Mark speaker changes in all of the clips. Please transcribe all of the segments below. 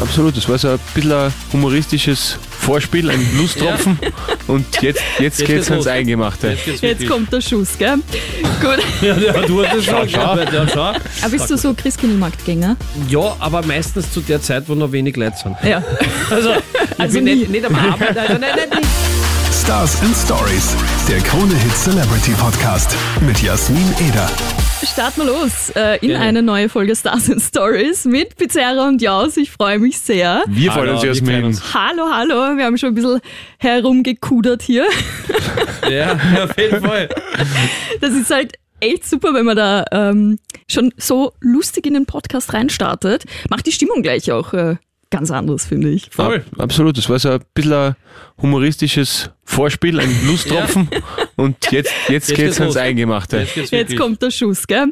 Speaker 1: absolut. Das war so ein bisschen ein humoristisches Vorspiel, ein Lusttropfen. Und jetzt, jetzt, geht's
Speaker 2: geht's
Speaker 1: ans
Speaker 2: los.
Speaker 1: Eingemachte.
Speaker 2: geht's
Speaker 3: Jetzt
Speaker 2: wirklich.
Speaker 3: kommt der Schuss, gell? Gut.
Speaker 2: Ja, ja, du hast es schon
Speaker 1: schau.
Speaker 2: gehört, ja, schau.
Speaker 3: Aber bist du so Christkindlmarktgänger?
Speaker 2: Ja, aber meistens zu der Zeit, wo noch wenig Leute sind.
Speaker 3: Ja.
Speaker 2: Also, ich
Speaker 3: Also
Speaker 2: bin
Speaker 3: nie.
Speaker 2: nicht, nicht am Abend, also nein, nein, nein.
Speaker 4: Stars and Stories, der Krone Hit Celebrity Podcast mit Jasmin Eder.
Speaker 3: Starten wir los äh, in
Speaker 2: Gerne.
Speaker 3: eine neue Folge Stars and Stories mit Pizzeria und Jaus. Ich freue mich sehr.
Speaker 1: Wir freuen
Speaker 2: Hallo,
Speaker 1: uns
Speaker 2: wir
Speaker 1: erstmal
Speaker 2: freuen
Speaker 1: hin.
Speaker 2: uns.
Speaker 3: Hallo, hallo. Wir haben schon ein bisschen herumgekudert hier.
Speaker 2: Ja, auf jeden Fall.
Speaker 3: Das ist halt echt super, wenn man da ähm, schon so lustig in den Podcast reinstartet. Macht die Stimmung gleich auch äh, ganz anders, finde ich.
Speaker 2: Voll.
Speaker 1: Ab- Absolut. Das war so ein bisschen ein humoristisches Vorspiel, ein Lusttropfen. Und jetzt, jetzt,
Speaker 2: Jetzt
Speaker 1: geht's
Speaker 2: geht's
Speaker 1: ans
Speaker 2: los.
Speaker 1: Eingemachte.
Speaker 2: Jetzt, geht's
Speaker 3: Jetzt
Speaker 2: wirklich.
Speaker 3: kommt der Schuss, gell?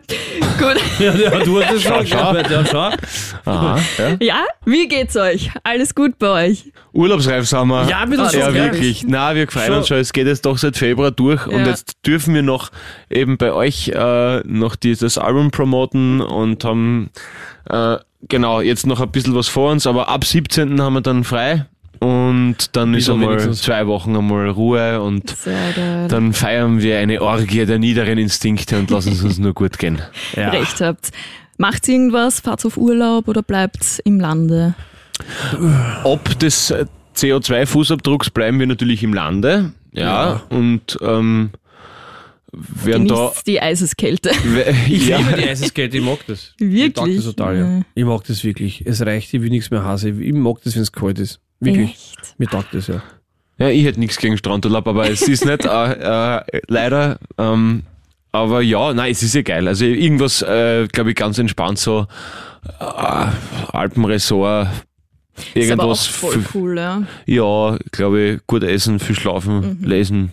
Speaker 3: Gut.
Speaker 2: Ja, ja, du hast es schon
Speaker 1: schau.
Speaker 2: gehört, ja, schau.
Speaker 1: Aha, ja.
Speaker 3: Ja, wie geht's euch? Alles gut bei euch?
Speaker 1: Urlaubsreif sind wir.
Speaker 2: Ja, ein bisschen
Speaker 1: Ja,
Speaker 2: schon, gell?
Speaker 1: wirklich. Na, wir freuen
Speaker 2: Schon.
Speaker 1: uns schon. Es geht jetzt doch seit Februar durch und
Speaker 3: Ja.
Speaker 1: jetzt dürfen wir noch eben bei euch äh, noch dieses Album promoten und haben äh, genau jetzt noch ein bisschen was vor uns, aber ab 17. haben wir dann frei und dann ist
Speaker 2: Wieder
Speaker 1: einmal
Speaker 2: wenigstens. Genau.
Speaker 1: zwei Wochen einmal Ruhe und
Speaker 3: Sehr geil.
Speaker 1: dann feiern wir eine Orgie der niederen Instinkte und lassen es uns nur gut gehen.
Speaker 2: Ja.
Speaker 3: Recht habt. Macht irgendwas, fahrt auf Urlaub oder bleibt im Lande?
Speaker 1: Ob des äh, CO2-Fußabdrucks bleiben wir natürlich im Lande. Ja, und ähm, werden da
Speaker 3: Genießt die Eiseskälte.
Speaker 1: We-
Speaker 2: Ich
Speaker 1: ja.
Speaker 2: liebe die Eiseskälte, ich mag das. Ich mag
Speaker 3: Wirklich?
Speaker 2: das total, ja. Ich mag das wirklich. Es reicht, ich will nichts mehr hasse. Ich mag das, wenn es kalt ist. Wirklich.
Speaker 3: Echt?
Speaker 2: Mir taugt das, ja.
Speaker 1: ja, ich hätte nichts gegen Strandurlaub, aber es ist nicht, äh, äh, leider. Ähm, aber ja, nein, es ist ja geil. Also irgendwas, äh, glaube ich, ganz entspannt so äh, Alpenresort,
Speaker 3: Ist aber auch
Speaker 1: irgendwas.
Speaker 3: voll
Speaker 1: f-
Speaker 3: cool, ja.
Speaker 1: Ja, glaube ich, gut essen, viel schlafen, lesen.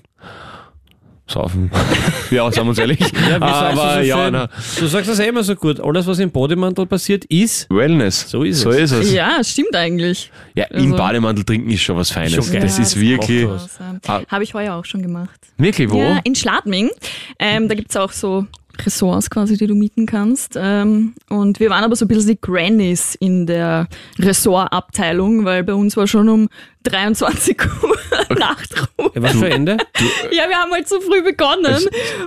Speaker 1: Saufen. ja, sagen wir also uns ehrlich.
Speaker 2: ja wie sagst
Speaker 1: Ah, Aber
Speaker 2: du, so
Speaker 1: ja,
Speaker 2: schön?
Speaker 1: na,
Speaker 2: du sagst das eh immer so gut. Alles, was im Bodemantel passiert, ist
Speaker 1: Wellness.
Speaker 2: So ist
Speaker 1: So ist
Speaker 2: es.
Speaker 1: es. Ja,
Speaker 3: Ja, stimmt eigentlich.
Speaker 1: im
Speaker 3: Also-
Speaker 1: Bademantel trinken ist schon was Feines.
Speaker 2: Schon geil.
Speaker 1: Das
Speaker 3: Ja,
Speaker 1: ist wirklich,
Speaker 2: braucht was.
Speaker 1: Ah.
Speaker 3: Habe ich heuer auch schon gemacht.
Speaker 1: wirklich wo?
Speaker 3: Ja, in Schladming. Ähm, da gibt's auch so Ressorts quasi, die du mieten kannst. Ähm, und wir waren aber so ein bisschen die Grannies in der Ressortabteilung, weil bei uns war schon um 23 Uhr Nachtruhe.
Speaker 2: Ja, Was für ein Ende?
Speaker 3: Ja, wir haben halt so früh begonnen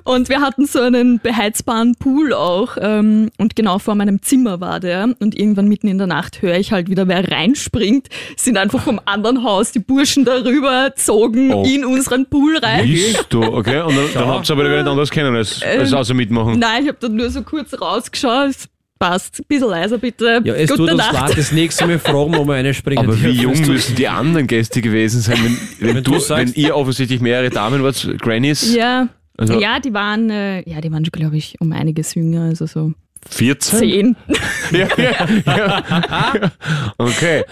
Speaker 3: und wir hatten so einen beheizbaren Pool auch ähm, und genau vor meinem Zimmer war der und irgendwann mitten in der Nacht höre ich halt wieder, wer reinspringt, sind einfach vom anderen Haus die Burschen darüber zogen
Speaker 1: Oh.
Speaker 3: in unseren Pool rein.
Speaker 1: Ist du, okay? Und dann, dann habt ihr aber wieder nicht anders kennen als, als außer mitmachen.
Speaker 3: Nein, ich habe dann nur so kurz rausgeschaut. Es Passt, ein bisschen leiser bitte.
Speaker 2: Ja, es
Speaker 3: Gute
Speaker 2: tut uns
Speaker 3: Nacht.
Speaker 2: leid. Das nächste Mal fragen, ob wir eine springen.
Speaker 1: aber wie
Speaker 2: dürfen.
Speaker 1: jung
Speaker 2: Weißt du,
Speaker 1: müssen die anderen Gäste gewesen sein, wenn, wenn,
Speaker 2: Wenn
Speaker 1: du,
Speaker 2: du sagst-
Speaker 1: wenn ihr offensichtlich mehrere Damen wart, Grannies,
Speaker 3: Ja.
Speaker 1: Also-
Speaker 3: ja, die waren, äh, ja, die waren, glaube ich, um einiges jünger, also so
Speaker 1: 14?
Speaker 3: zehn.
Speaker 1: Ja, ja, ja. Okay.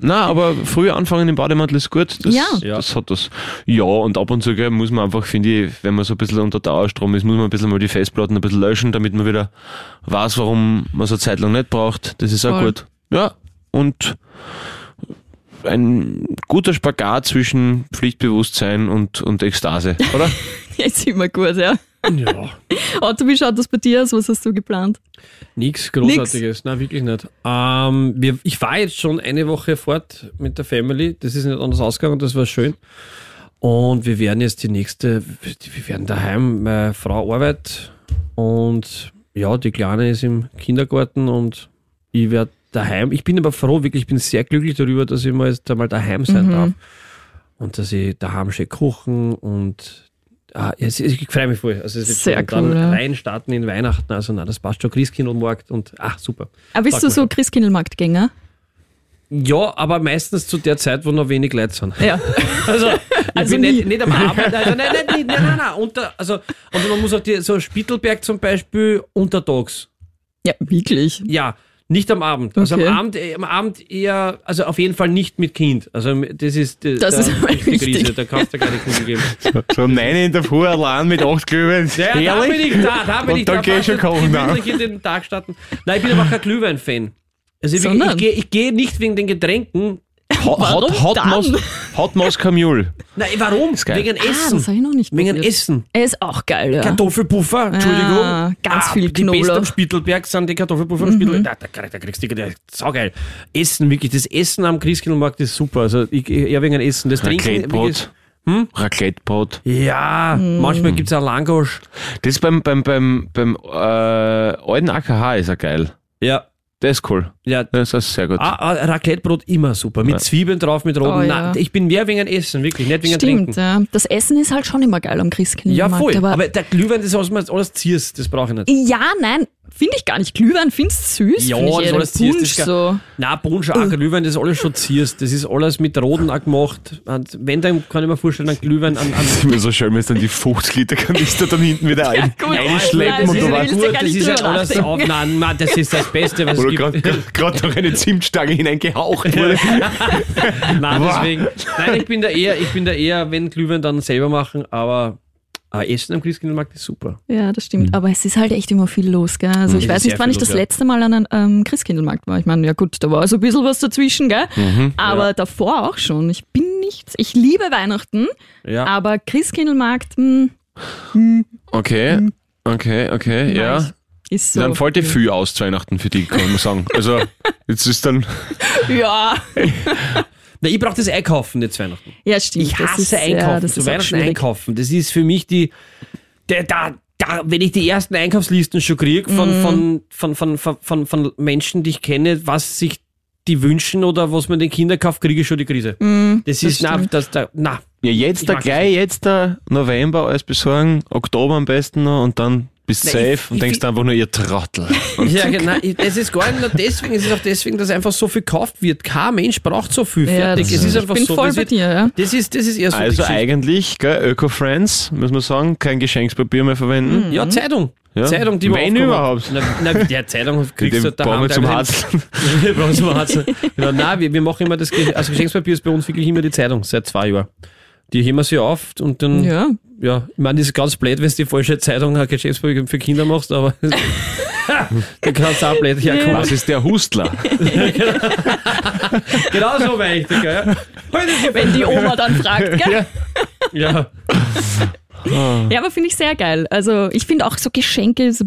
Speaker 1: Na, aber früh anfangen im Bademantel ist gut. Das,
Speaker 3: Ja.
Speaker 1: das hat das. Ja, und ab und zu gell, muss man einfach, finde ich, wenn man so ein bisschen unter Dauerstrom ist, muss man ein bisschen mal die Festplatten ein bisschen löschen, damit man wieder weiß, warum man so eine Zeit lang nicht braucht. Das ist auch
Speaker 3: Voll.
Speaker 1: gut. Ja, und ein guter Spagat zwischen Pflichtbewusstsein und, und Ekstase, oder?
Speaker 3: Jetzt immer gut, ja.
Speaker 2: Ja,
Speaker 3: Otto, wie schaut das bei dir aus? Was hast du geplant?
Speaker 2: nichts Großartiges. Nein, wirklich nicht. Ähm, wir, ich war jetzt schon eine Woche fort mit der Family. Das ist nicht anders ausgegangen. Das war schön. Und wir werden jetzt die nächste, wir werden daheim, meine Frau arbeitet und ja, die Kleine ist im Kindergarten und ich werde daheim. Ich bin aber froh, wirklich, ich bin sehr glücklich darüber, dass ich mal jetzt einmal daheim sein darf und dass ich daheim schön kochen und ah, es- es- ich freue mich voll. Also es wird
Speaker 3: Sehr
Speaker 2: schön. und
Speaker 3: cool,
Speaker 2: dann
Speaker 3: ja.
Speaker 2: reinstarten in Weihnachten, also na, das passt schon, Christkindlmarkt und ach, super.
Speaker 3: Aber Ah, bist
Speaker 2: Sag
Speaker 3: du
Speaker 2: mal.
Speaker 3: so Christkindlmarktgänger?
Speaker 2: Ja, aber meistens zu der Zeit, wo noch wenig Leute sind.
Speaker 3: Ja.
Speaker 2: Also,
Speaker 3: Also
Speaker 2: ich bin
Speaker 3: nie.
Speaker 2: nicht, nicht am Abend, also nein, nein, nein, nein, nein, nein unter, also, und man muss auch die, so Spittelberg zum Beispiel untertags,
Speaker 3: Ja, wirklich.
Speaker 2: ja, nicht am Abend. Also
Speaker 3: Okay.
Speaker 2: am, Abend, eh, am Abend eher, also auf jeden Fall nicht mit Kind. Also das ist, äh,
Speaker 3: Das
Speaker 2: da
Speaker 3: ist aber
Speaker 2: die
Speaker 3: wichtig.
Speaker 2: Krise, da kannst du keine Kugel geben.
Speaker 1: So um 9 in der Früh allein mit 8 Glühwein.
Speaker 2: Ja, ja, da bin ich da, da bin
Speaker 1: Und
Speaker 2: ich
Speaker 1: dann
Speaker 2: da.
Speaker 1: geh ich schon kochen,
Speaker 2: Ich
Speaker 1: nein.
Speaker 2: will nicht in den Tag starten. Nein, ich bin aber kein Glühwein-Fan. Also ich, ich,
Speaker 3: Sondern?
Speaker 2: ich, gehe- ich gehe nicht wegen den Getränken,
Speaker 1: Hot, hot,
Speaker 3: Warum
Speaker 1: hot,
Speaker 3: dann?
Speaker 1: Mos hot Moscow Mule.
Speaker 2: Nein, warum?
Speaker 1: geil.
Speaker 2: Wegen
Speaker 3: Ah, das habe
Speaker 2: Essen.
Speaker 3: ich noch nicht
Speaker 2: Wegen
Speaker 3: probiert.
Speaker 2: Essen.
Speaker 3: Er ist auch geil, ja.
Speaker 2: Kartoffelpuffer, Entschuldigung.
Speaker 3: Ah, ganz viel Mhm.
Speaker 2: Die besten
Speaker 3: Knoblauch.
Speaker 2: am Spittelberg sind die Kartoffelpuffer am Spittelberg. Da, da, krieg- da kriegst du die, die- saugeil. Essen, wirklich, das Essen am Christkindlmarkt ist super. Also ich, ich- eher wegen dem Essen. Das Trinken, wirklich-
Speaker 1: Raclettebrot. Hm? Raclettebrot.
Speaker 2: ja,
Speaker 3: Mhm.
Speaker 2: manchmal gibt es auch Langosch.
Speaker 1: Das beim, beim, beim, beim äh, alten AKH ist ja geil.
Speaker 2: Ja,
Speaker 1: Der ist cool.
Speaker 2: ja.
Speaker 1: Der ist auch sehr gut.
Speaker 2: Ah, ah, Raclettebrot immer super. Mit
Speaker 1: Ja.
Speaker 2: Zwiebeln drauf, mit roten.
Speaker 3: Oh,
Speaker 2: Na,
Speaker 3: ja.
Speaker 2: ich bin mehr wegen dem Essen, wirklich, nicht wegen dem
Speaker 3: Stimmt,
Speaker 2: Trinken.
Speaker 3: ja. Das Essen ist halt schon immer geil am Christkindlmarkt.
Speaker 2: Ja, voll.
Speaker 3: aber-
Speaker 2: Aber, der Glühwein, das ist alles- alles Ziers, das brauche ich nicht.
Speaker 3: Ja, nein, finde ich gar nicht. Glühwein findest du süß.
Speaker 2: Ja,
Speaker 3: find ich
Speaker 2: das
Speaker 3: eher
Speaker 2: alles
Speaker 3: den
Speaker 2: süß, das
Speaker 3: Punsch
Speaker 2: ist
Speaker 3: so.
Speaker 2: Nein, Punsch, auch Glühwein, das ist alles schon Ziers. Das ist alles mit Roden auch gemacht. Und wenn, dann kann ich mir vorstellen, ein Glühwein an, an
Speaker 1: ist mir so schön, wenn es dann die 50 Liter Kanister dann hinten wieder ein,
Speaker 3: gut,
Speaker 1: einschleppen
Speaker 3: nein,
Speaker 1: und du
Speaker 3: das ist
Speaker 1: warst
Speaker 3: willst
Speaker 2: Gut,
Speaker 3: ja gar
Speaker 2: das
Speaker 3: nicht
Speaker 2: ist ja
Speaker 3: drüber
Speaker 2: alles
Speaker 3: nachdenken.
Speaker 2: auf. Nein, Mann, das ist das Beste, was es
Speaker 1: Oder
Speaker 2: gibt.
Speaker 1: gerade noch eine Zimtstange hineingehaucht wurde.
Speaker 2: Nein,
Speaker 1: Wow.
Speaker 2: deswegen. Nein, ich bin da eher, ich bin da eher, wenn Glühwein dann selber machen, aber ah, Essen am Christkindlmarkt ist super.
Speaker 3: Ja, das stimmt. Aber es ist halt echt immer viel los, gell? Also
Speaker 2: Hm. Es
Speaker 3: ich
Speaker 2: ist
Speaker 3: weiß nicht,
Speaker 2: sehr
Speaker 3: wann
Speaker 2: viel
Speaker 3: ich das
Speaker 2: los, ja.
Speaker 3: letzte Mal an einem ähm, Christkindlmarkt war. Ich meine, ja gut, da war so ein bisschen was dazwischen, gell?
Speaker 2: Mhm,
Speaker 3: Aber davor auch schon. Ich bin nichts. Ich liebe Weihnachten,
Speaker 2: Ja.
Speaker 3: aber Christkindlmarkt hm,
Speaker 1: Okay,
Speaker 2: Hm.
Speaker 1: okay, okay, ja.
Speaker 3: nice. ist so.
Speaker 1: Dann fällt dir viel aus zu Weihnachten für die, kann man sagen. Also, jetzt ist dann.
Speaker 3: ja.
Speaker 2: Na, ich brauche das Einkaufen jetzt Weihnachten.
Speaker 3: ja, stimmt.
Speaker 2: Ich
Speaker 3: das ist,
Speaker 2: hasse
Speaker 3: Ja,
Speaker 2: Einkaufen,
Speaker 3: das
Speaker 2: zu
Speaker 3: ist auch
Speaker 2: Weihnachten
Speaker 3: schwierig.
Speaker 2: Einkaufen. Das ist für mich die, der, da, da, wenn ich die ersten Einkaufslisten schon kriege von,
Speaker 3: Mhm.
Speaker 2: von, von, von, von, von, von Menschen, die ich kenne, was sich die wünschen oder was man den Kindern kauft, kriege ich schon die Krise. das, ist, na,
Speaker 3: Mhm, stimmt.
Speaker 2: das, da, na,
Speaker 1: Ja, jetzt
Speaker 2: Ich
Speaker 1: da
Speaker 2: mag
Speaker 1: gleich, jetzt da November alles besorgen, Oktober am besten noch und dann bist
Speaker 2: Na,
Speaker 1: safe
Speaker 2: ich-
Speaker 1: und
Speaker 2: ich
Speaker 1: denkst
Speaker 2: find-
Speaker 1: einfach nur, ihr Trottel.
Speaker 2: Ja, genau. Es ist gar nicht nur deswegen, es ist auch deswegen, dass einfach so viel gekauft wird. Kein Mensch braucht so viel.
Speaker 3: Ja,
Speaker 2: Fertig.
Speaker 3: das
Speaker 2: es ist
Speaker 3: stimmt.
Speaker 2: einfach
Speaker 3: ich bin
Speaker 2: so.
Speaker 3: voll
Speaker 2: das,
Speaker 3: bei
Speaker 2: wird-
Speaker 3: dir, ja.
Speaker 2: das ist das ist eher so. die
Speaker 1: Also
Speaker 2: Geschichte.
Speaker 1: eigentlich, gell, Öko-Friends, muss man sagen, kein Geschenkpapier mehr verwenden.
Speaker 2: Ja, Zeitung.
Speaker 1: Mhm. Ja.
Speaker 2: Zeitung, die
Speaker 1: Wenn
Speaker 2: aufgehoben
Speaker 1: überhaupt.
Speaker 2: hat. Na, na, ja, Zeitung
Speaker 1: Mit
Speaker 2: kriegst du
Speaker 1: dem
Speaker 2: daheim
Speaker 1: Baum zum
Speaker 2: teilweise-
Speaker 1: Hazeln.
Speaker 2: Wir brauchen zum Arzt. Genau, nein, wir, wir machen immer das, Ge- also Geschenkspapier ist bei uns wirklich immer die Zeitung, seit zwei Jahren. Die heben wir sie auf und dann, ja,
Speaker 3: Ja,
Speaker 2: ich meine, das ist ganz blöd, wenn du die falsche Zeitung ein Geschenkspapier für Kinder machst, aber dann kannst du auch blöd herkommen.
Speaker 1: Was ist der Hustler?
Speaker 2: Genau so war ich, gell?
Speaker 3: wenn die Oma dann fragt, gell?
Speaker 2: Ja.
Speaker 3: Ja, aber finde ich sehr geil. Also ich finde auch so Geschenke es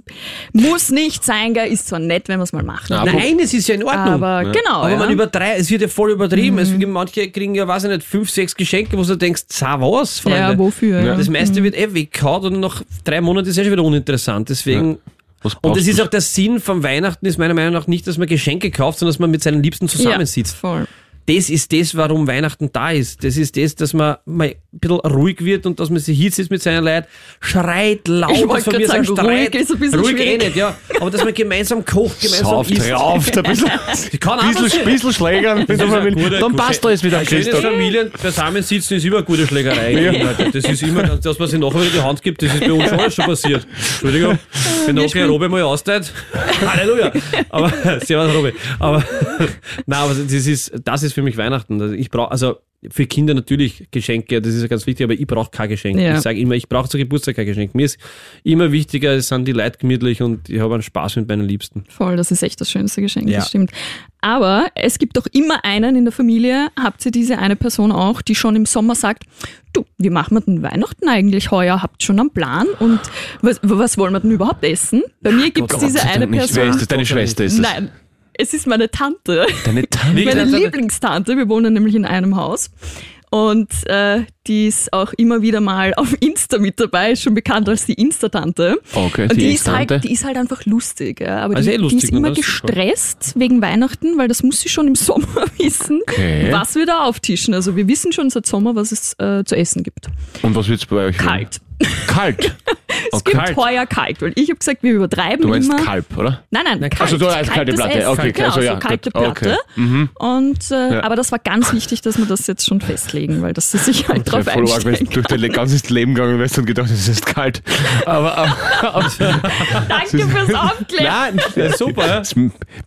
Speaker 3: muss nicht sein, gell? ist zwar nett, wenn man es mal macht.
Speaker 1: Na,
Speaker 2: Nein, es ist ja in Ordnung.
Speaker 3: aber genau.
Speaker 2: Aber
Speaker 3: ja. Mhm.
Speaker 2: man übertreibt, es wird ja voll übertrieben. Es gibt manche kriegen ja, weiß ich nicht, fünf, sechs Geschenke, wo du denkst, sa was, Freunde.
Speaker 3: ja, wofür? Ja.
Speaker 2: Das meiste wird eh weggehaut und nach drei Monaten ist es schon wieder uninteressant. Deswegen.
Speaker 1: Was
Speaker 2: Und das
Speaker 1: brauchst
Speaker 2: ist
Speaker 1: du?
Speaker 2: auch der Sinn von Weihnachten, ist meiner Meinung nach nicht, dass man Geschenke kauft, sondern dass man mit seinen Liebsten zusammensitzt.
Speaker 3: Voll.
Speaker 2: Das ist das, warum Weihnachten da ist. Das ist das, dass man mal ein bisschen ruhig wird und dass man sich hinsetzt mit seinen Leuten, schreit laut.
Speaker 3: Ich
Speaker 2: dass
Speaker 3: wollte
Speaker 2: von
Speaker 3: grad
Speaker 2: mir aus
Speaker 3: sagen,
Speaker 2: Streit-
Speaker 3: ruhig ist ein bisschen
Speaker 2: Ruhig eh
Speaker 3: schwierig.
Speaker 2: nicht, ja. Aber dass man gemeinsam kocht, gemeinsam
Speaker 1: Sauft
Speaker 2: isst.
Speaker 1: rauf, da bist
Speaker 2: Ich kann auch
Speaker 1: Bissl,
Speaker 2: passieren.
Speaker 1: bissl schlägern, wenn du mal willst. dann passt alles wieder,
Speaker 2: Ein schönes
Speaker 1: Christoph.
Speaker 2: Familien zusammensitzen ist immer eine gute Schlägerei. Leute. Das ist immer, dass man sich nachher wieder die Hand gibt, das ist bei uns schon alles schon passiert. Entschuldigung, wenn nachher Robbe mal austeilt. Halleluja. Aber, servus Robbe. Aber, nein, aber das ist, das ist für mich Weihnachten. Also Ich brauche, also, für Kinder natürlich Geschenke, das ist ja ganz wichtig, aber ich brauche kein Geschenk.
Speaker 3: Ja.
Speaker 2: Ich sage immer, ich brauche zu Geburtstag kein Geschenk. Mir ist immer wichtiger, es sind die Leute gemütlich und ich habe einen Spaß mit meinen Liebsten.
Speaker 3: Voll, das ist echt das schönste Geschenk,
Speaker 2: Ja.
Speaker 3: das stimmt. Aber es gibt doch immer einen in der Familie, habt ihr diese eine Person auch, die schon im Sommer sagt, du, wie machen wir denn Weihnachten eigentlich heuer? Habt schon einen Plan? Und was, was wollen wir denn überhaupt essen? Bei mir gibt es diese eine
Speaker 1: Nicht, wer ist
Speaker 3: Person.
Speaker 1: das? Deine Schwester ist das.
Speaker 3: Nein, es ist meine Tante.
Speaker 1: Deine Tante.
Speaker 2: Wie
Speaker 3: Meine
Speaker 2: gesagt, also-
Speaker 3: Lieblingstante, wir wohnen nämlich in einem Haus. Und äh, die ist auch immer wieder mal auf Insta mit dabei, ist schon bekannt als die Insta-Tante.
Speaker 1: Okay,
Speaker 3: Und
Speaker 1: die
Speaker 3: die, ist
Speaker 1: Insta-Tante.
Speaker 3: halt, die ist halt einfach lustig. Ja. Aber
Speaker 2: Also
Speaker 3: die,
Speaker 2: eh lustig,
Speaker 3: die ist
Speaker 2: ne?
Speaker 3: immer
Speaker 2: Das ist super.
Speaker 3: gestresst wegen Weihnachten, weil das muss sie schon im Sommer wissen,
Speaker 1: Okay.
Speaker 3: was wir da auftischen. Also wir wissen schon seit Sommer, was es äh, zu essen gibt.
Speaker 1: Und was wird's bei euch? werden?
Speaker 3: Kalt.
Speaker 1: Kalt.
Speaker 3: Es gibt heuer kalt, weil ich habe gesagt, wir übertreiben
Speaker 1: Du meinst
Speaker 3: immer.
Speaker 1: Kalb, oder?
Speaker 3: Nein, nein,
Speaker 2: Na,
Speaker 3: kalt,
Speaker 1: also du hast kalte
Speaker 3: kaltes
Speaker 1: Platte,
Speaker 3: Essen.
Speaker 1: okay,
Speaker 3: genau,
Speaker 1: also ja,
Speaker 3: so kalte
Speaker 1: gut, okay. Mhm.
Speaker 3: Platte. Und, äh, Aber das war ganz wichtig, dass wir das jetzt schon festlegen, weil das sie sich halt drauf
Speaker 1: Wär voll arg, wenn
Speaker 3: einstellen.
Speaker 1: du durch dein ganzes Leben gegangen wärst und gedacht, es ist kalt. Aber, aber, aber
Speaker 3: Danke fürs Aufklären.
Speaker 1: nein,
Speaker 2: Ja, ah, super, ja.
Speaker 1: das-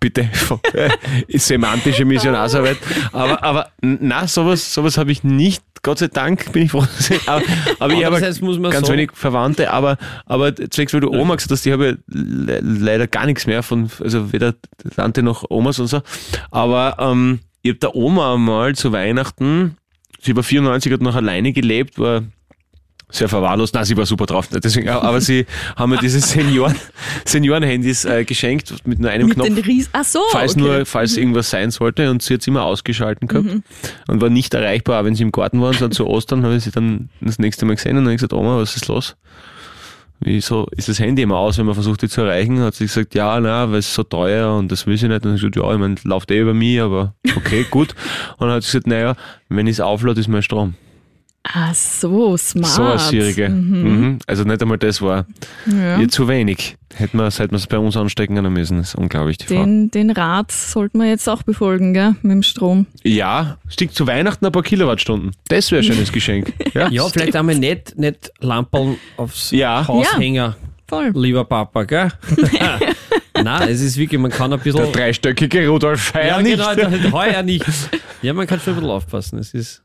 Speaker 1: bitte, äh, ist semantische Missionarsarbeit. Aber, aber na, sowas, sowas habe ich nicht. Gott sei Dank bin ich froh. dass ich- Aber, aber ich habe
Speaker 2: Andererseits muss man
Speaker 1: ganz
Speaker 2: sagen-
Speaker 1: wenig Verwandte. Aber, aber zwecks, weil du Oma gesagt hast, ich habe le leider gar nichts mehr von, also weder Tante noch Omas und so. Aber ähm, ich habe der Oma einmal zu Weihnachten, sie war 94, hat noch alleine gelebt, war sehr verwahrlost. Na, sie war super drauf. Deswegen, aber sie haben mir diese Senioren, Senioren-Handys äh, geschenkt mit nur einem
Speaker 3: Mit
Speaker 1: Knopf.
Speaker 3: den Ries. Ach so.
Speaker 1: Falls
Speaker 3: Oh, okay. Mhm.
Speaker 1: nur, falls irgendwas sein sollte und sie hat es immer ausgeschalten gehabt und war nicht erreichbar, auch wenn sie im Garten waren, sondern zu Ostern habe ich sie dann das nächste Mal gesehen und dann hab ich gesagt, Oma, was ist los? Wieso ist das Handy immer aus, wenn man versucht, die zu erreichen? Hat sie gesagt, ja, na, weil es so teuer und das will sie nicht. Und ich gesagt, ja, ich meine, läuft eh über mich, aber okay, gut. Und dann hat sie gesagt, naja, wenn ich es auflade, ist mein Strom.
Speaker 3: Ach so, smart.
Speaker 1: So eine Sierige. Mhm. Also nicht einmal das war
Speaker 3: Ja.
Speaker 1: ihr zu wenig. Hätten wir, hätten wir es bei uns anstecken können müssen. Das ist unglaublich, die Frau.
Speaker 3: Den, den Rat sollten wir jetzt auch befolgen, gell? Mit dem Strom.
Speaker 1: Ja, stinkt zu Weihnachten ein paar Kilowattstunden. Das wäre ein schönes Geschenk. Ja,
Speaker 2: Ja, vielleicht einmal nicht, nicht Lamperl aufs
Speaker 1: Ja.
Speaker 2: Haus
Speaker 3: Ja.
Speaker 2: hängen,
Speaker 3: Voll.
Speaker 2: lieber Papa, gell? Nein, es ist wirklich, man kann ein bisschen.
Speaker 1: Der dreistöckige Rudolf Feier
Speaker 2: ja,
Speaker 1: nicht.
Speaker 2: genau, da- heuer nicht. Ja, man kann schon ein bisschen aufpassen. Es ist,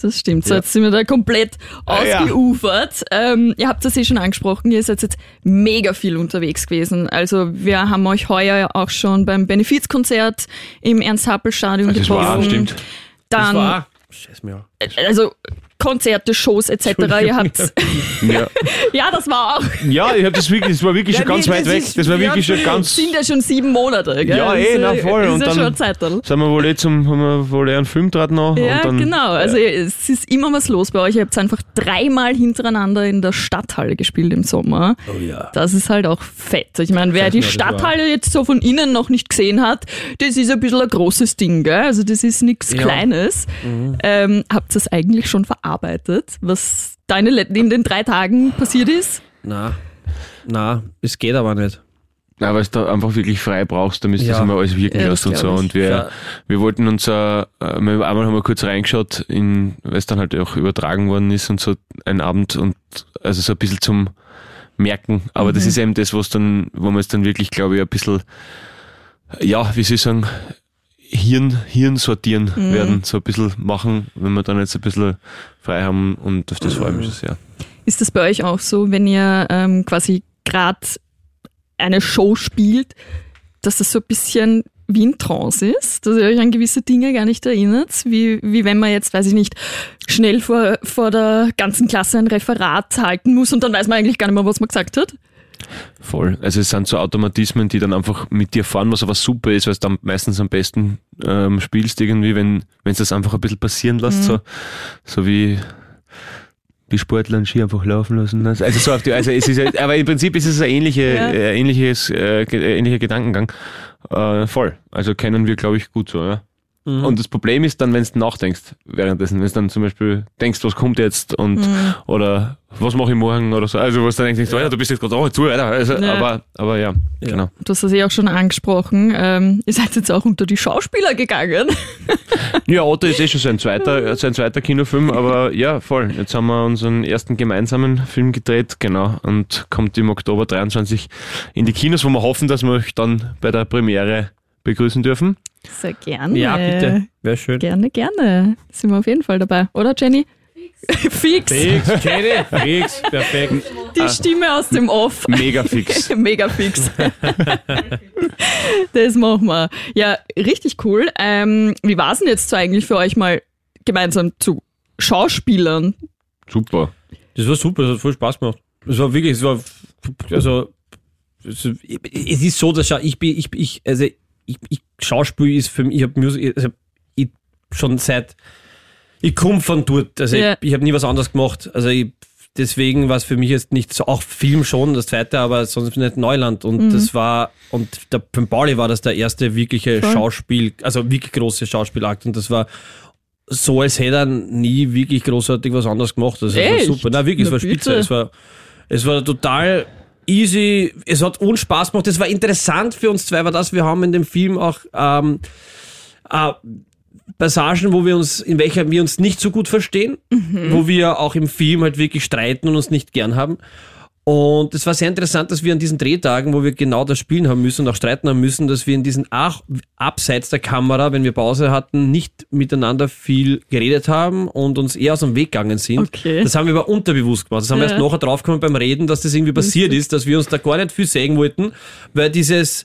Speaker 3: Das stimmt. So, jetzt sind wir da komplett
Speaker 1: Ah, ja.
Speaker 3: ausgeufert. Ähm, ihr habt das eh schon angesprochen, ihr seid jetzt mega viel unterwegs gewesen. Also wir haben euch heuer auch schon beim Benefizkonzert im Ernst-Happel-Stadion
Speaker 1: Das
Speaker 3: getroffen.
Speaker 1: war, stimmt.
Speaker 2: das
Speaker 3: Dann,
Speaker 2: war. Scheiß mir. an.
Speaker 3: also Konzerte, Shows etc. Ihr habt,
Speaker 1: Ja,
Speaker 3: ja, das war auch,
Speaker 1: ja ich hab das wirklich, das war wirklich
Speaker 2: Ja,
Speaker 1: schon ganz
Speaker 2: nee,
Speaker 1: weit
Speaker 2: das
Speaker 1: weg.
Speaker 2: ist-
Speaker 1: Das war
Speaker 2: ja,
Speaker 1: wirklich schon ganz.
Speaker 3: sind ja schon sieben Monate, gell?
Speaker 1: Ja, eh,
Speaker 3: Ist
Speaker 1: na, voll.
Speaker 3: Ist
Speaker 1: Und
Speaker 3: ja
Speaker 1: dann-
Speaker 3: schon ein Zeitl.
Speaker 1: Sind wir wohl eh zum, haben wir wohl eh einen Film dran noch?
Speaker 3: Ja,
Speaker 1: und dann,
Speaker 3: genau. Also es ist immer was los bei euch. Ihr habt einfach dreimal hintereinander in der Stadthalle gespielt im Sommer.
Speaker 2: Oh ja.
Speaker 3: Das ist halt auch fett. Ich meine, wer
Speaker 2: Sag
Speaker 3: die
Speaker 2: mal, das war-
Speaker 3: Stadthalle jetzt so von innen noch nicht gesehen hat, das ist ein bisschen ein großes Ding, gell? Also das ist nichts
Speaker 2: Ja. Mhm.
Speaker 3: Kleines. Ähm, habt ihr das eigentlich schon verarbeitet, was deine Let in den drei Tagen passiert ist?
Speaker 2: Na, na, es geht aber nicht.
Speaker 1: Na, weil du einfach wirklich frei brauchst, damit du
Speaker 2: Ja.
Speaker 1: das immer alles wirken
Speaker 3: Ja, das
Speaker 1: lässt und so.
Speaker 3: glaub ich.
Speaker 1: Und wir,
Speaker 2: Ja.
Speaker 1: wir wollten uns, äh, äh, wir- einmal haben wir kurz reingeschaut, in, weil es dann halt auch übertragen worden ist und so ein Abend und also so ein bisschen zum Merken. Aber
Speaker 3: Mhm.
Speaker 1: das ist eben das, was dann, wo man es dann wirklich, glaube ich, ein bisschen, ja, wie soll ich sagen, Hirn, Hirn sortieren
Speaker 3: Mhm.
Speaker 1: werden, so ein bisschen machen, wenn wir dann jetzt ein bisschen frei haben und auf
Speaker 2: Mhm.
Speaker 1: das freue ich mich schon sehr.
Speaker 3: Ist das bei euch auch so, wenn ihr ähm, quasi gerade eine Show spielt, dass das so ein bisschen wie in Trance ist, dass ihr euch an gewisse Dinge gar nicht erinnert, wie, wie wenn man jetzt, weiß ich nicht, schnell vor, vor der ganzen Klasse ein Referat halten muss und dann weiß man eigentlich gar nicht mehr, was man gesagt hat.
Speaker 1: Voll. Also es sind so Automatismen, die dann einfach mit dir fahren, was aber super ist, weil du dann meistens am besten ähm, spielst irgendwie, wenn wenn das einfach ein bisschen passieren lässt, so, so wie die Sportler einen Ski einfach laufen lassen. Also also so auf die, also es ist, ja- aber im Prinzip ist es ein ähnliche,
Speaker 3: Ja.
Speaker 1: äh, ähnliches, äh, ge- äh, ähnlicher Gedankengang. Äh, voll. Also kennen wir, glaube ich, gut so, ja. Und das Problem ist dann, wenn du nachdenkst währenddessen, wenn du dann zum Beispiel denkst, was kommt jetzt und oder was mache ich morgen oder so. Also was dann denkst, du, Alter, du bist jetzt gerade auch zu, Alter. Also,
Speaker 3: Ja.
Speaker 1: Aber, aber ja,
Speaker 2: Ja.
Speaker 1: genau.
Speaker 3: Du hast das eh auch schon angesprochen. Ähm, ihr seid jetzt auch unter die Schauspieler gegangen.
Speaker 1: Ja, Otto ist eh schon sein zweiter, sein zweiter Kinofilm, aber ja, voll. Jetzt haben wir unseren ersten gemeinsamen Film gedreht, genau, und kommt im Oktober 23 in die Kinos, wo wir hoffen, dass wir euch dann bei der Premiere begrüßen dürfen.
Speaker 3: Sehr gerne.
Speaker 2: Ja, bitte. Wäre schön.
Speaker 3: Gerne, gerne. Sind wir auf jeden Fall dabei, oder Jenny? Fix.
Speaker 2: Fix, Jenny, fix, perfekt.
Speaker 3: Die Stimme aus dem Off.
Speaker 1: Mega fix.
Speaker 3: Mega fix. das machen wir. Ja, richtig cool. Ähm, wie war es denn jetzt so eigentlich für euch mal gemeinsam zu Schauspielern?
Speaker 1: Super.
Speaker 2: Das war super, das hat voll Spaß gemacht. Es war wirklich, es war, also, es es ist so, dass schau, ich bin, ich, bin- ich also, ich, ich, Schauspiel ist für mich, ich habe Musik, also, ich schon seit, ich komme von dort, also,
Speaker 3: Ja.
Speaker 2: ich, ich habe nie was anderes gemacht, also, ich, deswegen war es für mich jetzt nicht so, auch Film schon, das zweite, aber sonst nicht Neuland und
Speaker 3: Mhm.
Speaker 2: das war, und der, für den Pauli war das der erste wirkliche
Speaker 3: Voll.
Speaker 2: Schauspiel, also wirklich große Schauspielakt und das war, so als hätte er nie wirklich großartig was anderes gemacht. Also, es
Speaker 3: Echt?
Speaker 2: war super. Na wirklich, es
Speaker 3: Na
Speaker 2: war spitze.
Speaker 3: bitte.
Speaker 2: Es war, es war total easy. Es hat uns Spaß gemacht. Es war interessant für uns zwei, war das. Wir haben in dem Film auch ähm, äh, Passagen, wo wir uns, in welcher wir uns nicht so gut verstehen, wo wir auch im Film halt wirklich streiten und uns nicht gern haben. Und es war sehr interessant, dass wir an diesen Drehtagen, wo wir genau das Spielen haben müssen und auch streiten haben müssen, dass wir in diesen ach, abseits der Kamera, wenn wir Pause hatten, nicht miteinander viel geredet haben und uns eher aus dem Weg gegangen sind.
Speaker 3: Okay.
Speaker 2: Das haben wir aber unterbewusst gemacht. Das haben wir
Speaker 3: Ja. Mhm.
Speaker 2: erst nachher draufgekommen beim Reden, dass das irgendwie passiert ist, dass wir uns da gar nicht viel sägen wollten, weil dieses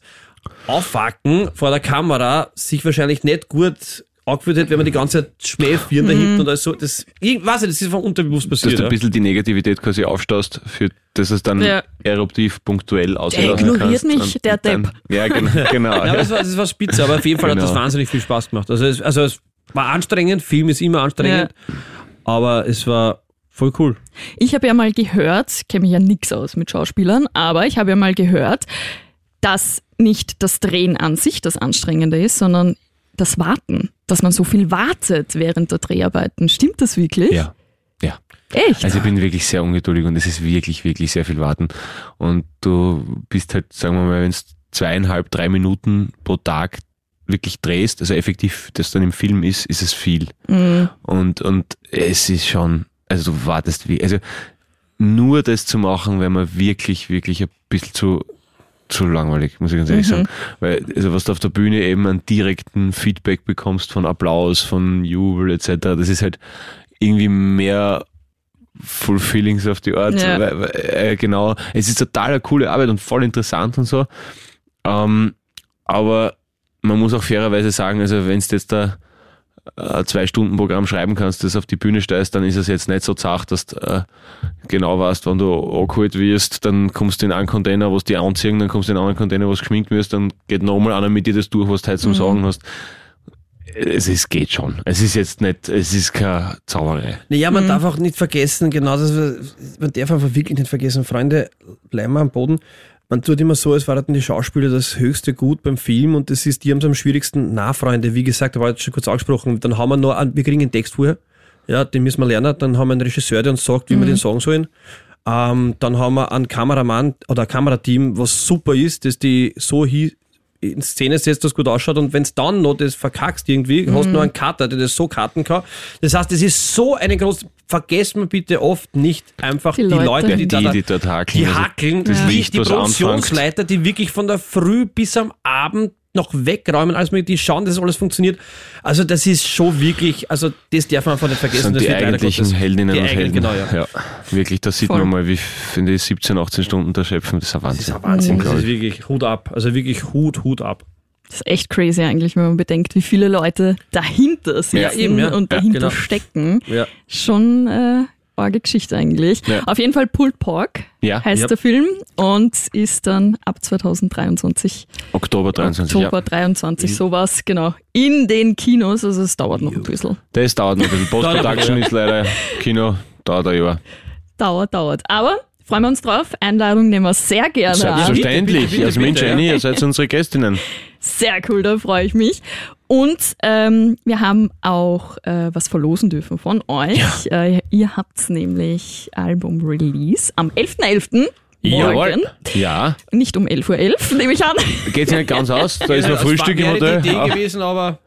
Speaker 2: Aufwacken vor der Kamera sich wahrscheinlich nicht gut angewürdigt hätte, wenn man die ganze Zeit Schmähfirmen da hinten und alles so. Das, ich weiß nicht, das ist vom Unterbewusst
Speaker 1: dass
Speaker 2: passiert.
Speaker 1: du
Speaker 2: ja.
Speaker 1: Mhm. ein bisschen die Negativität quasi aufstaust, für, dass es dann
Speaker 3: Ja.
Speaker 1: eruptiv punktuell aussieht.
Speaker 3: ignoriert mich, der Depp.
Speaker 1: Ja, genau. genau
Speaker 2: Ja, also- aber es war, es war spitze, aber auf jeden Fall hat das
Speaker 1: Genau.
Speaker 2: wahnsinnig viel Spaß gemacht. Also es, also es war anstrengend, Film ist immer anstrengend, aber es war voll cool.
Speaker 3: Ich habe ja mal gehört, kenne mich ja nix aus mit Schauspielern, aber ich habe ja mal gehört, dass nicht das Drehen an sich das Anstrengende ist, sondern das Warten. Dass man so viel wartet während der Dreharbeiten. Stimmt das wirklich?
Speaker 1: ja. ja.
Speaker 3: Echt?
Speaker 1: Also ich bin wirklich sehr ungeduldig und es ist wirklich, wirklich sehr viel Warten. Und du bist halt, sagen wir mal, wenn es zweieinhalb, drei Minuten pro Tag wirklich drehst, also effektiv das dann im Film ist, ist es viel.
Speaker 3: Mhm.
Speaker 1: Und, und es ist schon, also du wartest wie, also nur das zu machen, wenn man wirklich, wirklich ein bisschen zu, zu langweilig, muss ich ganz ehrlich sagen. Weil, also was du auf der Bühne eben an direkten Feedback bekommst von Applaus, von Jubel etc., das ist halt irgendwie mehr Fulfillings auf die Art.
Speaker 3: Ja.
Speaker 1: Weil, weil, äh, genau. Es ist total eine coole Arbeit und voll interessant und so. Ähm, aber man muss auch fairerweise sagen, also wenn du jetzt da äh, zwei Stunden Programm schreiben kannst, das auf die Bühne steigst, dann ist es jetzt nicht so zart, dass du äh, genau weißt, wenn du angeholt wirst, dann kommst du in einen Container, wo es die anziehen, dann kommst du in einen anderen Container, wo es geschminkt wirst, dann geht nochmal einer mit dir das durch, was du heute zum Sagen hast. Es ist, geht schon. Es ist jetzt nicht, es ist keine Zauberei.
Speaker 2: Naja, man darf auch nicht vergessen, genau das, man darf einfach wirklich nicht vergessen, Freunde, bleiben wir am Boden. Man tut immer so, als wären die Schauspieler das höchste Gut beim Film und das ist, die haben es am schwierigsten. Na, Freunde, wie gesagt, da war jetzt schon kurz angesprochen, dann haben wir noch, einen, wir kriegen einen Text vorher, ja, den müssen wir lernen, dann haben wir einen Regisseur, der uns sagt, wie
Speaker 3: Mhm.
Speaker 2: wir den sagen sollen. Ähm, dann haben wir einen Kameramann oder ein Kamerateam, was super ist, dass die so hi- in Szene setzt, dass gut ausschaut. Und wenn es dann noch das verkackst irgendwie,
Speaker 3: Mhm.
Speaker 2: hast du noch einen Cutter, der das so cutten kann. Das heißt, es ist so eine große. Vergesst man bitte oft nicht einfach die
Speaker 3: Die
Speaker 2: Leute,
Speaker 3: Leute.
Speaker 1: Ja,
Speaker 2: die,
Speaker 1: die,
Speaker 2: da,
Speaker 1: die dort hakeln.
Speaker 2: die
Speaker 1: also
Speaker 2: hackeln,
Speaker 1: das
Speaker 2: die,
Speaker 1: Licht,
Speaker 2: die
Speaker 1: was anfängt.
Speaker 2: Produktionsleiter, die wirklich von der Früh bis am Abend noch wegräumen, alles mögliche, die schauen, dass alles funktioniert. Also das ist schon wirklich, also das darf man einfach nicht vergessen.
Speaker 1: sind
Speaker 2: das
Speaker 1: die
Speaker 2: wird leider
Speaker 1: eigentlichen
Speaker 2: Gottes-
Speaker 1: Heldinnen
Speaker 2: die
Speaker 1: und
Speaker 2: eigenen,
Speaker 1: Helden.
Speaker 2: Genau, ja.
Speaker 1: Wirklich, da sieht
Speaker 3: Voll.
Speaker 1: man mal, wie wenn die 17, 18 Stunden da schöpfen, das ist ein Wahnsinn.
Speaker 2: Das ist ein Wahnsinn, das ist wirklich Hut ab. Also wirklich Hut, Hut ab.
Speaker 3: Das ist echt crazy eigentlich, wenn man bedenkt, wie viele Leute dahinter sitzen
Speaker 2: eben, ja.
Speaker 3: und
Speaker 2: Ja,
Speaker 3: dahinter
Speaker 2: genau.
Speaker 3: stecken.
Speaker 2: Ja.
Speaker 3: Schon äh, arge Geschichte eigentlich.
Speaker 1: Ja.
Speaker 3: Auf jeden Fall Pulled Pork
Speaker 1: Ja.
Speaker 3: heißt
Speaker 2: Ja.
Speaker 3: der Film und ist dann ab 2023,
Speaker 1: Oktober 23,
Speaker 3: Oktober
Speaker 2: Mhm.
Speaker 3: 23, sowas, genau, in den Kinos. Also es dauert noch ein bisschen.
Speaker 1: ja. Das dauert noch ein bisschen. Post-Production ist leider Kino, dauert ein Jahr.
Speaker 3: Dauert, dauert. Aber freuen wir uns drauf. Einladung nehmen wir sehr gerne an.
Speaker 1: Selbstverständlich.
Speaker 2: bitte, bitte,
Speaker 1: also Mensch,
Speaker 2: bitte, ja.
Speaker 1: Jenny, ihr seid unsere Gästinnen.
Speaker 3: Sehr cool, da freue ich mich. Und ähm, wir haben auch äh, was verlosen dürfen von euch. Äh, ihr habt nämlich Album-Release am 11.11. Morgen.
Speaker 1: Ja,
Speaker 3: Nicht um 11.11 Uhr, nehme ich an.
Speaker 1: geht sich nicht ganz aus. Da
Speaker 2: Also,
Speaker 1: ist ein Frühstück im
Speaker 2: Das wäre
Speaker 1: Hotel.
Speaker 2: die Idee
Speaker 1: Ah,
Speaker 2: gewesen, aber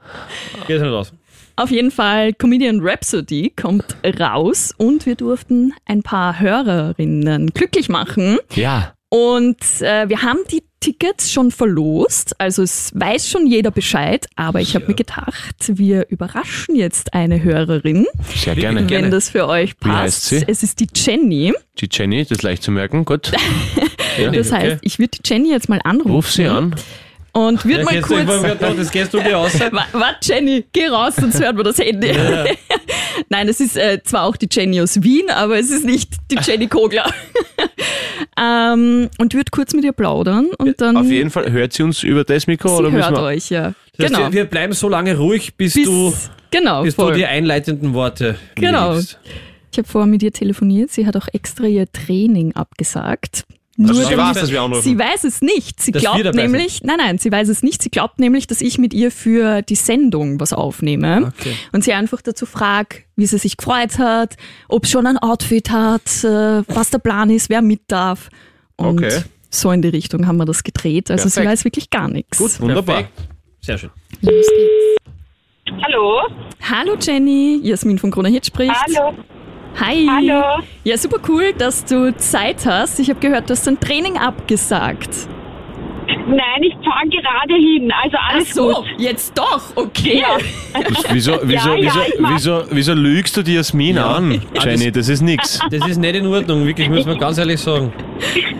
Speaker 2: geht nicht aus.
Speaker 3: Auf jeden Fall, Comedian Rhapsody kommt raus und wir durften ein paar Hörerinnen glücklich machen.
Speaker 1: Ja,
Speaker 3: Und äh, wir haben die Tickets schon verlost, also es weiß schon jeder Bescheid, aber ich habe mir gedacht, wir überraschen jetzt eine Hörerin,
Speaker 1: sehr gerne.
Speaker 2: Gerne.
Speaker 3: wenn das für euch passt.
Speaker 1: heißt sie?
Speaker 3: Es ist die Jenny.
Speaker 1: Die Jenny, das ist leicht zu merken. Gut,
Speaker 3: Das
Speaker 2: okay.
Speaker 3: heißt, ich würde die Jenny jetzt mal anrufen
Speaker 1: ruf sie an.
Speaker 3: und würde mal
Speaker 2: Jetzt- ich wollte
Speaker 3: kurz
Speaker 2: gerade noch, das gehst du dir aus.
Speaker 3: Wa- Warte, Jenny, geh raus, sonst hört man das Handy. Nein, es ist äh, zwar auch die Jenny aus Wien, aber es ist nicht die Jenny Kogler. ähm, und wird kurz mit ihr plaudern und dann.
Speaker 1: Auf jeden Fall, hört sie uns über das Mikro?
Speaker 3: Sie
Speaker 1: oder müssen
Speaker 3: hört
Speaker 1: wir,
Speaker 3: euch, ja.
Speaker 2: Das heißt,
Speaker 3: Genau.
Speaker 2: wir- Wir bleiben so lange ruhig, bis,
Speaker 3: Bis,
Speaker 2: du,
Speaker 3: genau,
Speaker 2: bis du
Speaker 3: voll.
Speaker 2: die einleitenden Worte
Speaker 3: Genau.
Speaker 2: liest.
Speaker 3: Ich habe vorher mit ihr telefoniert. Sie hat auch extra ihr Training abgesagt.
Speaker 2: Also
Speaker 3: Nur
Speaker 1: sie
Speaker 3: damit-
Speaker 1: weiß, dass wir anrufen.
Speaker 3: Sie weiß es nicht. Sie
Speaker 2: Dass wir
Speaker 3: glaubt
Speaker 2: dabei sind.
Speaker 3: nämlich, nein, nein, sie weiß es nicht. Sie glaubt nämlich, dass ich mit ihr für die Sendung was aufnehme
Speaker 2: Okay.
Speaker 3: und sie einfach dazu fragt, wie sie sich gefreut hat, ob sie schon ein Outfit hat, äh, was der Plan ist, wer mit darf. Und
Speaker 1: Okay.
Speaker 3: so in die Richtung haben wir das gedreht. Also sie
Speaker 1: Perfekt.
Speaker 3: weiß wirklich gar nichts.
Speaker 1: Gut, wunderbar.
Speaker 2: Perfekt. Sehr schön.
Speaker 3: Los geht's.
Speaker 5: Hallo.
Speaker 3: Hallo Jenny, Jasmin von Krone Hit spricht.
Speaker 5: Hallo.
Speaker 3: Hi.
Speaker 5: Hallo.
Speaker 3: Ja, super cool, dass du Zeit hast. Ich habe gehört, du hast dein Training abgesagt.
Speaker 5: Nein, ich fahre gerade hin. Also alles gut.
Speaker 3: jetzt doch, okay.
Speaker 5: Ja.
Speaker 1: Wieso, wieso,
Speaker 5: Ja, ja,
Speaker 1: wieso,
Speaker 5: ich mach.
Speaker 1: wieso, wieso lügst du die Jasmin an, Jenny? Das ist nix.
Speaker 2: Das ist nicht in Ordnung, wirklich, muss man ganz ehrlich sagen.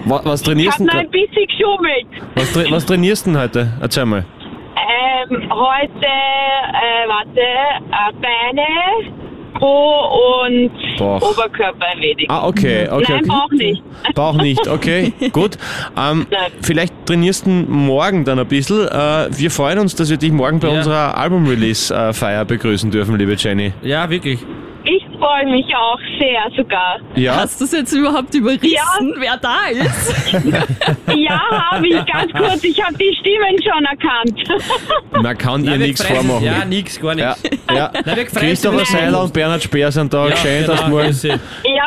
Speaker 1: Was, was
Speaker 5: Ich
Speaker 1: trainierst
Speaker 5: habe
Speaker 1: du
Speaker 5: noch
Speaker 1: denn
Speaker 5: ein bisschen geschummelt.
Speaker 1: was, tra was trainierst denn heute? Erzähl mal.
Speaker 5: Ähm, ähm, heute, äh, warte, äh, Beine, Po und
Speaker 1: Bauch.
Speaker 5: Oberkörper erledigt.
Speaker 1: Ah, okay, okay.
Speaker 5: Nein,
Speaker 1: okay.
Speaker 5: Bauch nicht.
Speaker 1: Bauch nicht, okay, gut. Ähm,
Speaker 5: Nein.
Speaker 1: vielleicht trainierst du morgen dann ein bisschen. Äh, wir freuen uns, dass wir dich morgen bei
Speaker 2: Ja.
Speaker 1: unserer Album-Release-Feier begrüßen dürfen, liebe Jenny.
Speaker 2: Ja, wirklich.
Speaker 5: Ich freue mich auch sehr sogar.
Speaker 1: Ja,
Speaker 3: Hast du es jetzt überhaupt überrissen, wer da ist?
Speaker 5: Ja, habe ich ganz kurz. Ich habe die Stimmen schon erkannt.
Speaker 1: man kann ihr
Speaker 2: wir
Speaker 1: nichts
Speaker 2: fressen-
Speaker 1: vormachen.
Speaker 2: Ja, nix, gar
Speaker 1: ja,
Speaker 2: nichts.
Speaker 1: ja.
Speaker 2: Nein, wir fressen
Speaker 1: Christopher
Speaker 2: uns.
Speaker 1: Seiler und Bernhard Speer sind da.
Speaker 2: Ja,
Speaker 1: Schön, dass du
Speaker 2: genau,
Speaker 1: morgen.
Speaker 2: grüße.
Speaker 5: Ja,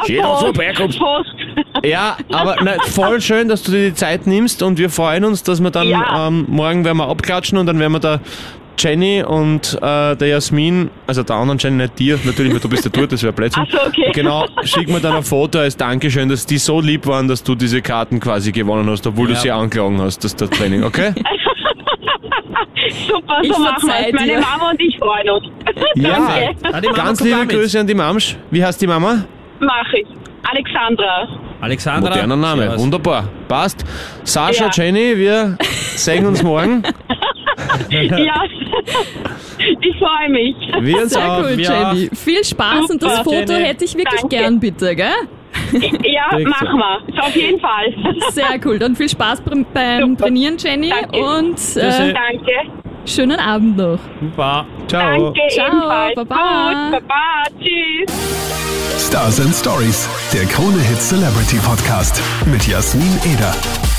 Speaker 1: Schön, also dass du vorbeikommst.
Speaker 5: Post.
Speaker 1: Ja, aber na, voll schön, dass du dir die Zeit nimmst und wir freuen uns, dass wir dann
Speaker 5: Ja.
Speaker 1: ähm, morgen werden wir abklatschen und dann werden wir da Jenny und äh, der Jasmin, also der anderen Jenny, nicht dir, natürlich, weil du bist der Tour, das wäre Blödsinn.
Speaker 5: Ach so, Also, okay.
Speaker 1: Genau, schick mir dann ein Foto als Dankeschön, dass die so lieb waren, dass du diese Karten quasi gewonnen hast, obwohl
Speaker 2: Ja.
Speaker 1: du sie angelogen hast, das das Training, okay?
Speaker 5: Super,
Speaker 3: Ich
Speaker 5: so machen wir
Speaker 3: verzeih
Speaker 5: es. Meine
Speaker 3: dir.
Speaker 5: Mama und ich freuen uns.
Speaker 1: ja,
Speaker 5: Danke.
Speaker 2: Ah, die Mama
Speaker 1: ganz
Speaker 2: kommt
Speaker 1: liebe
Speaker 2: auch mit.
Speaker 1: Grüße an die Mamsch. Wie heißt die Mama?
Speaker 5: Mach ich. Alexandra.
Speaker 2: Alexandra.
Speaker 1: Moderner Name,
Speaker 2: Servus.
Speaker 1: wunderbar, passt. Sascha,
Speaker 5: Ja.
Speaker 1: Jenny, wir sehen uns morgen.
Speaker 5: Ja, ich freue mich.
Speaker 1: Wir uns
Speaker 3: Sehr
Speaker 1: auch.
Speaker 3: cool,
Speaker 2: ja.
Speaker 3: Jenny. Viel Spaß und das
Speaker 5: Super,
Speaker 3: Foto
Speaker 2: Jenny.
Speaker 3: hätte ich wirklich
Speaker 5: Danke.
Speaker 3: gern, bitte, gell?
Speaker 5: Ja,
Speaker 2: Kriegst du.
Speaker 5: machen wir. Auf jeden Fall.
Speaker 3: Sehr cool. Dann viel Spaß beim, beim
Speaker 5: Super.
Speaker 3: Trainieren, Jenny.
Speaker 5: Danke.
Speaker 3: Und
Speaker 2: Tschüssi.
Speaker 3: äh,
Speaker 5: Danke.
Speaker 3: schönen Abend noch.
Speaker 2: Super.
Speaker 1: Ciao.
Speaker 5: Danke
Speaker 3: Ciao,
Speaker 5: ebenfalls.
Speaker 3: baba.
Speaker 5: Gut, baba. Tschüss.
Speaker 4: Stars and Stories, der Krone Hit Celebrity Podcast mit Jasmin Eder.